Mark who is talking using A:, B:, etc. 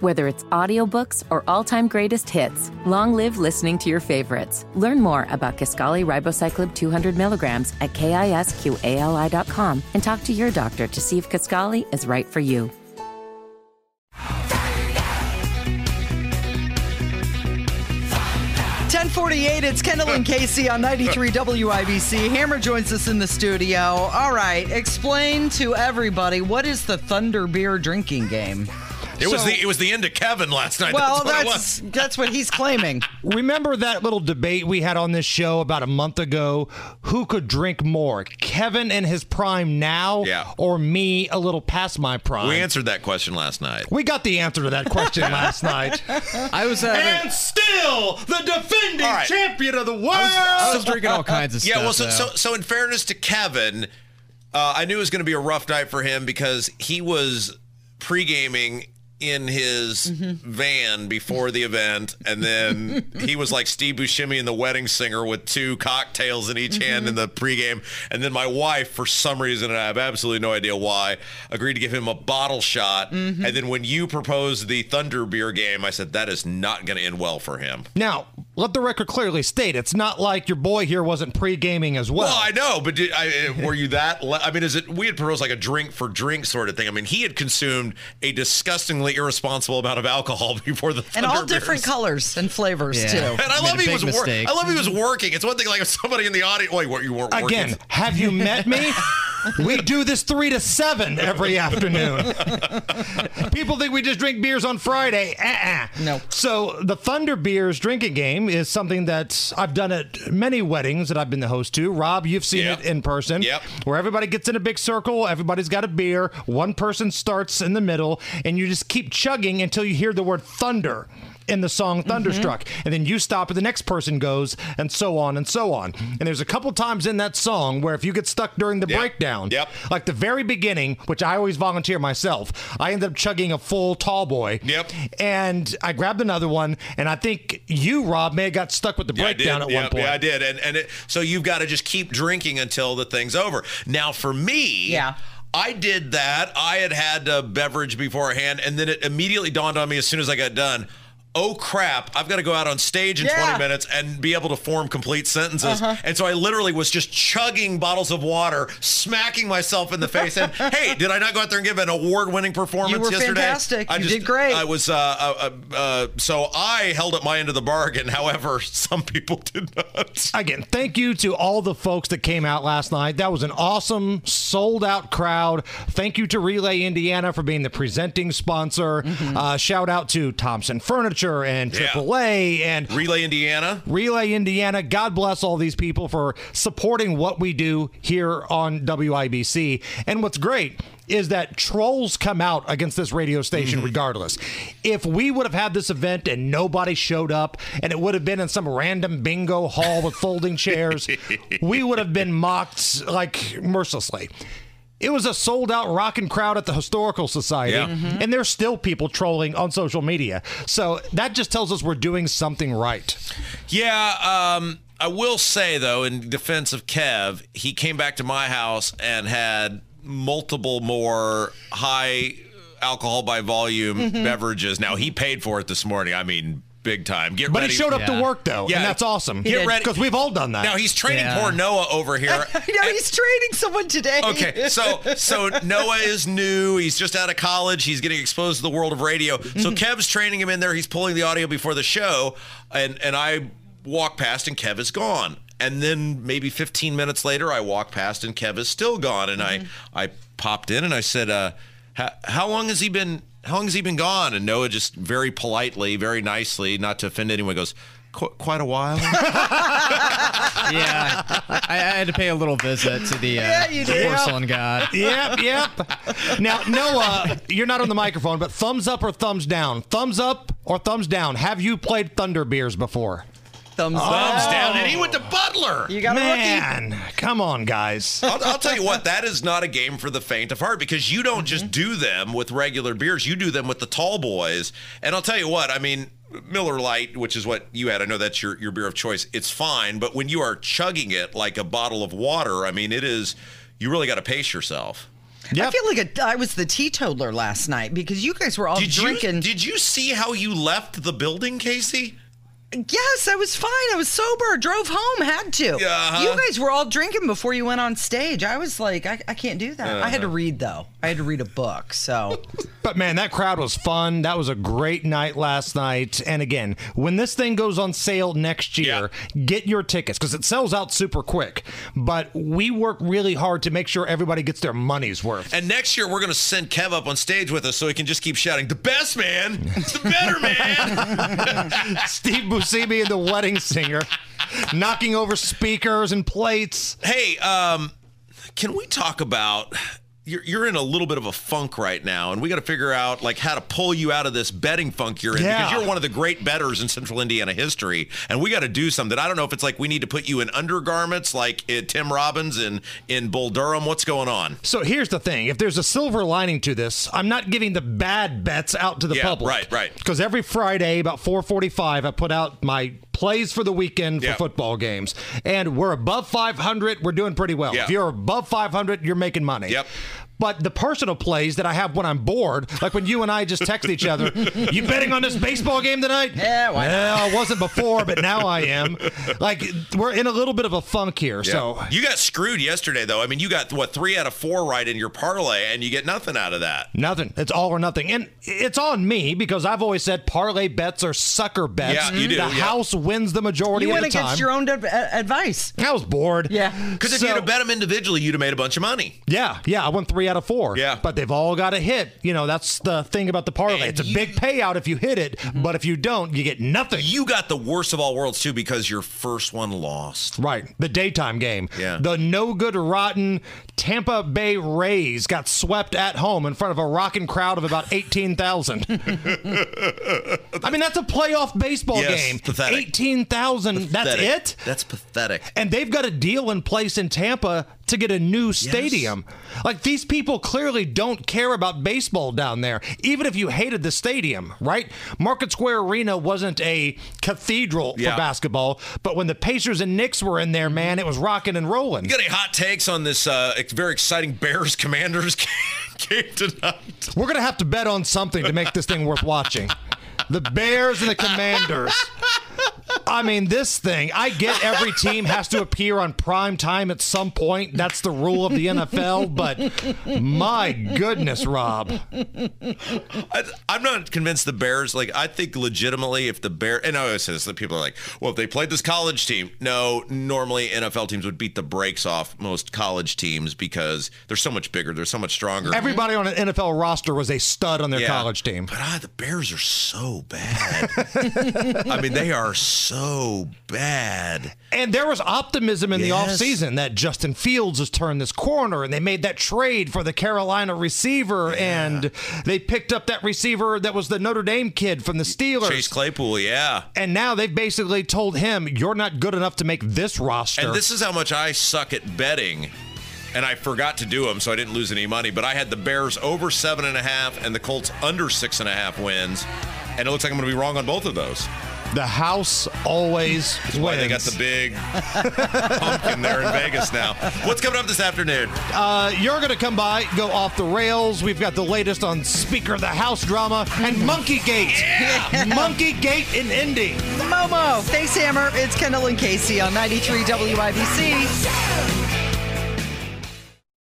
A: Whether it's audiobooks or all-time greatest hits, long live listening to your favorites. Learn more about Kaskali Ribocyclib 200 milligrams at kisqali.com and talk to your doctor to see if Kaskali is right for you.
B: Ten forty-eight. It's Kendall and Casey on ninety-three WIBC. Hammer joins us in the studio. All right, explain to everybody what is the Thunder Beer drinking game.
C: It was the it was the end of Kevin last night.
B: Well,
C: that's what it
B: that's
C: was.
B: that's what he's claiming.
D: Remember that little debate we had on this show about a month ago? Who could drink more, Kevin in his prime now,
C: Yeah.
D: or me a little past my prime?
C: We answered that question last night.
D: We got the answer to that question last night.
E: I was, having, I
F: and still the defending
C: All right.
F: champion of the world.
E: was, I was drinking all kinds of
C: Yeah, well,
E: stuff.
C: so, so
E: though.
C: so in fairness to Kevin, uh, I knew it was going to be a rough night for him because he was pre gaming in his
E: Mm-hmm.
C: van before the event, and then he was like Steve Buscemi in The Wedding Singer with two cocktails in each hand
E: Mm-hmm.
C: in the pregame, and then my wife, for some reason, and I have absolutely no idea why, agreed to give him a bottle shot,
E: Mm-hmm.
C: and then when you proposed the Thunder beer game, I said that is not going to end well for him.
D: now, let the record clearly state it's not like your boy here wasn't pre gaming as well.
C: Well, I know, but did, I, uh, were you that? Le- I mean, is it? We had proposed like a drink for drink sort of thing. I mean, he had consumed a disgustingly irresponsible amount of alcohol before the
B: And all
C: Thunder
B: different
C: Bears.
B: colors and flavors
E: Yeah.
B: too.
C: And I
E: Made
C: love
E: a
C: he
E: big
C: was. Wor-
E: mistake.
C: I love he was working. It's one thing like if somebody in the audience. Wait, what? You weren't working.
D: Again, have you met me? We do this three to seven every afternoon. People think we just drink beers on Friday. Uh-uh.
B: No.
D: So the Thunder Beers drinking game is something that I've done at many weddings that I've been the host to. Rob, you've seen
C: Yep.
D: it in person.
C: Yep.
D: Where everybody gets in a big circle, everybody's got a beer, one person starts in the middle, and you just keep chugging until you hear the word thunder in the song Thunderstruck.
C: Mm-hmm.
D: And then you stop and the next person goes, and so on and so on. And there's a couple times in that song where if you get stuck during the
C: Yep.
D: breakdown,
C: Yep.
D: like the very beginning, which I always volunteer myself, I end up chugging a full tall boy.
C: Yep.
D: And I grabbed another one, and I think you, Rob, may have got stuck with the
C: Yeah, I
D: breakdown
C: did.
D: at
C: yeah,
D: one point.
C: Yeah, I did. And and it, so you've got to just keep drinking until the thing's over. Now for me,
B: Yeah.
C: I did that. I had had a beverage beforehand, and then it immediately dawned on me as soon as I got done. Oh crap! I've got to go out on stage in
B: Yeah.
C: 20 minutes and be able to form complete sentences.
D: Uh-huh.
C: And so I literally was just chugging bottles of water, smacking myself in the face. And hey, did I not go out there and give an award-winning performance
B: were
C: yesterday?
B: fantastic.
C: I
B: You
C: just-
B: did great.
C: I was uh, uh, uh, uh, so I held up my end of the bargain. However, some people did not.
D: Again, thank you to all the folks that came out last night. That was an awesome, sold out crowd. Thank you to Relay Indiana for being the presenting sponsor. Uh, shout out to Thompson Furniture and
C: Yeah.
D: AAA and
C: Relay Indiana.
D: Relay Indiana. God bless all these people for supporting what we do here on WIBC. And what's great is that trolls come out against this radio station regardless. If we would have had this event and nobody showed up and it would have been in some random bingo hall with folding chairs, we would have been mocked like mercilessly. It was a sold out rockin' crowd at the Historical Society,
C: Yeah.
D: and there's still people trolling on social media. So that just tells us we're doing something right.
C: Yeah, um, I will say though, in defense of Kev, he came back to my house and had multiple more high alcohol by volume beverages. Now he paid for it this morning. I mean, big time. Get
D: But
C: ready.
D: he showed up
E: Yeah.
D: to work though,
C: Yeah.
D: and that's awesome.
C: Get ready.
D: because we've all done that.
C: Now he's training
E: Yeah.
C: poor Noah over here.
B: You know, he's training someone today.
C: Okay, so so Noah is new. He's just out of college. He's getting exposed to the world of radio. So Kev's training him in there. He's pulling the audio before the show, and and I walk past and Kev is gone. And then maybe 15 minutes later, I walk past and Kev is still gone. And I I popped in and I said, uh, how, "How long has he been? How long has he been gone?" And Noah just very politely, very nicely, not to offend anyone, goes. "Qu- Quite a while.
E: yeah, I, I had to pay a little visit to the uh,
B: Yeah, you did.
E: porcelain god.
D: yep, yep. Now, Noah, you're not on the microphone, but thumbs up or thumbs down? Thumbs up or thumbs down? Have you played Thunder Beers before?
B: thumbs
C: Thumbs
B: up.
C: down. And he went to Butler.
B: You got a rookie.
D: Man, come on, guys.
C: I'll, I'll tell you what, that is not a game for the faint of heart because you don't just do them with regular beers. You do them with the tall boys. And I'll tell you what, I mean, Miller Lite, which is what you had, I know that's your, your beer of choice. It's fine, but when you are chugging it like a bottle of water, I mean, it is, you really got to pace yourself.
D: Yep.
B: I feel like a, I was the teetotaler last night because you guys were all
C: Did
B: drinking.
C: you did you see how you left the building, Casey?
B: yes, I was fine. I was sober. Drove home. Had to.
C: Uh-huh.
B: You guys were all drinking before you went on stage. I was like, I, I can't do that. I had to read though. I had to read a book. So
D: But man, that crowd was fun. That was a great night last night. And again, when this thing goes on sale next year, get your tickets because it sells out super quick. But we work really hard to make sure everybody gets their money's worth.
C: And next year we're gonna send Kev up on stage with us so he can just keep shouting, "The best man, the better man."
D: Steve Buscemi and the wedding singer knocking over speakers and plates.
C: hey, um, can we talk about? You're, you're in a little bit of a funk right now, and we got to figure out like how to pull you out of this betting funk you're in because
D: Yeah.
C: you're one of the great betters in Central Indiana history, and we got to do something. I don't know if it's like we need to put you in undergarments like uh, Tim Robbins and in Bull Durham. What's going on?
D: So here's the thing: if there's a silver lining to this, I'm not giving the bad bets out to the
C: Yeah,
D: public.
C: right, right.
D: Because every Friday about 4:45, I put out my plays for the weekend for
C: Yeah.
D: football games, and we're above 500. We're doing pretty well.
C: Yeah.
D: If you're above 500, you're making money.
C: Yep.
D: But the personal plays that I have when I'm bored, like when you and I just text each other, you betting on this baseball game tonight?
B: Yeah, why not?
D: Well, I wasn't before, but now I am. Like we're in a little bit of a funk here. So
C: you got screwed yesterday, though. I mean, you got what three out of four right in your parlay, and you get nothing out of that.
D: Nothing. It's all or nothing. And it's on me because I've always said parlay bets are sucker bets.
C: Yeah, you do,
D: The
C: yeah.
D: house wins the majority
B: you
D: of
B: went
D: the
B: against
D: time.
B: your own ad- a- advice.
D: I was bored.
B: Yeah.
C: Because if
D: So-
C: you'd have bet them individually, you'd have made a bunch of money.
D: Yeah, yeah, I won three out of four.
C: Yeah.
D: But they've all got a hit. You know, that's the thing about the parlay. it's a big payout if you hit it, but if you don't, you get nothing.
C: You got the worst of all worlds too, because your first one lost.
D: Right. The daytime game.
C: Yeah.
D: The no good, rotten Tampa Bay Rays got swept at home in front of a rocking crowd of about 18,000. I mean, that's a playoff baseball
C: Yes,
D: game.
C: pathetic.
D: 18,000. That's
C: Pathetic.
D: it?
C: That's pathetic.
D: And they've got a deal in place in Tampa to get a new stadium. Like these people clearly don't care about baseball down there, even if you hated the stadium, right? Market Square Arena wasn't a cathedral
C: Yeah.
D: for basketball, but when the Pacers and Knicks were in there, man, it was rocking and rolling.
C: You got any hot takes on this uh, ex- very exciting Bears Commanders game tonight?
D: We're going to have to bet on something to make this thing worth watching. The Bears and the Commanders. I mean, this thing, I get every team has to appear on prime time at some point. That's the rule of the NFL, but my goodness, Rob.
C: I, I'm not convinced the Bears. Like, I think legitimately, if the Bear and I always say this, that people are like, "Well, if they played this college team, no, normally NFL teams would beat the brakes off most college teams because they're so much bigger, they're so much stronger."
D: Everybody on an NFL roster was a stud on their
C: Yeah.
D: college team.
C: But ah, the Bears are so bad. I mean, they are so bad.
D: And there was optimism in
C: Yes.
D: the offseason that Justin Fields has turned this corner and they made that trade for the Carolina receiver and they picked up that receiver that was the Notre Dame kid from the Steelers.
C: Chase Claypool, yeah.
D: And now they've basically told him, you're not good enough to make this roster.
C: And this is how much I suck at betting. And I forgot to do them, so I didn't lose any money. But I had the Bears over seven and a half and the Colts under six and a half wins. And it looks like I'm going to be wrong on both of those.
D: the house always wins.
C: Why they got the big pumpkin there in Vegas now. What's coming up this afternoon?
D: uh, you're going to come by, go off the rails. We've got the latest on Speaker of the House drama and Monkey Gate. Monkey Gate in Indy.
B: Momo, thanks, Hammer. It's Kendall and Casey on 93 WIBC.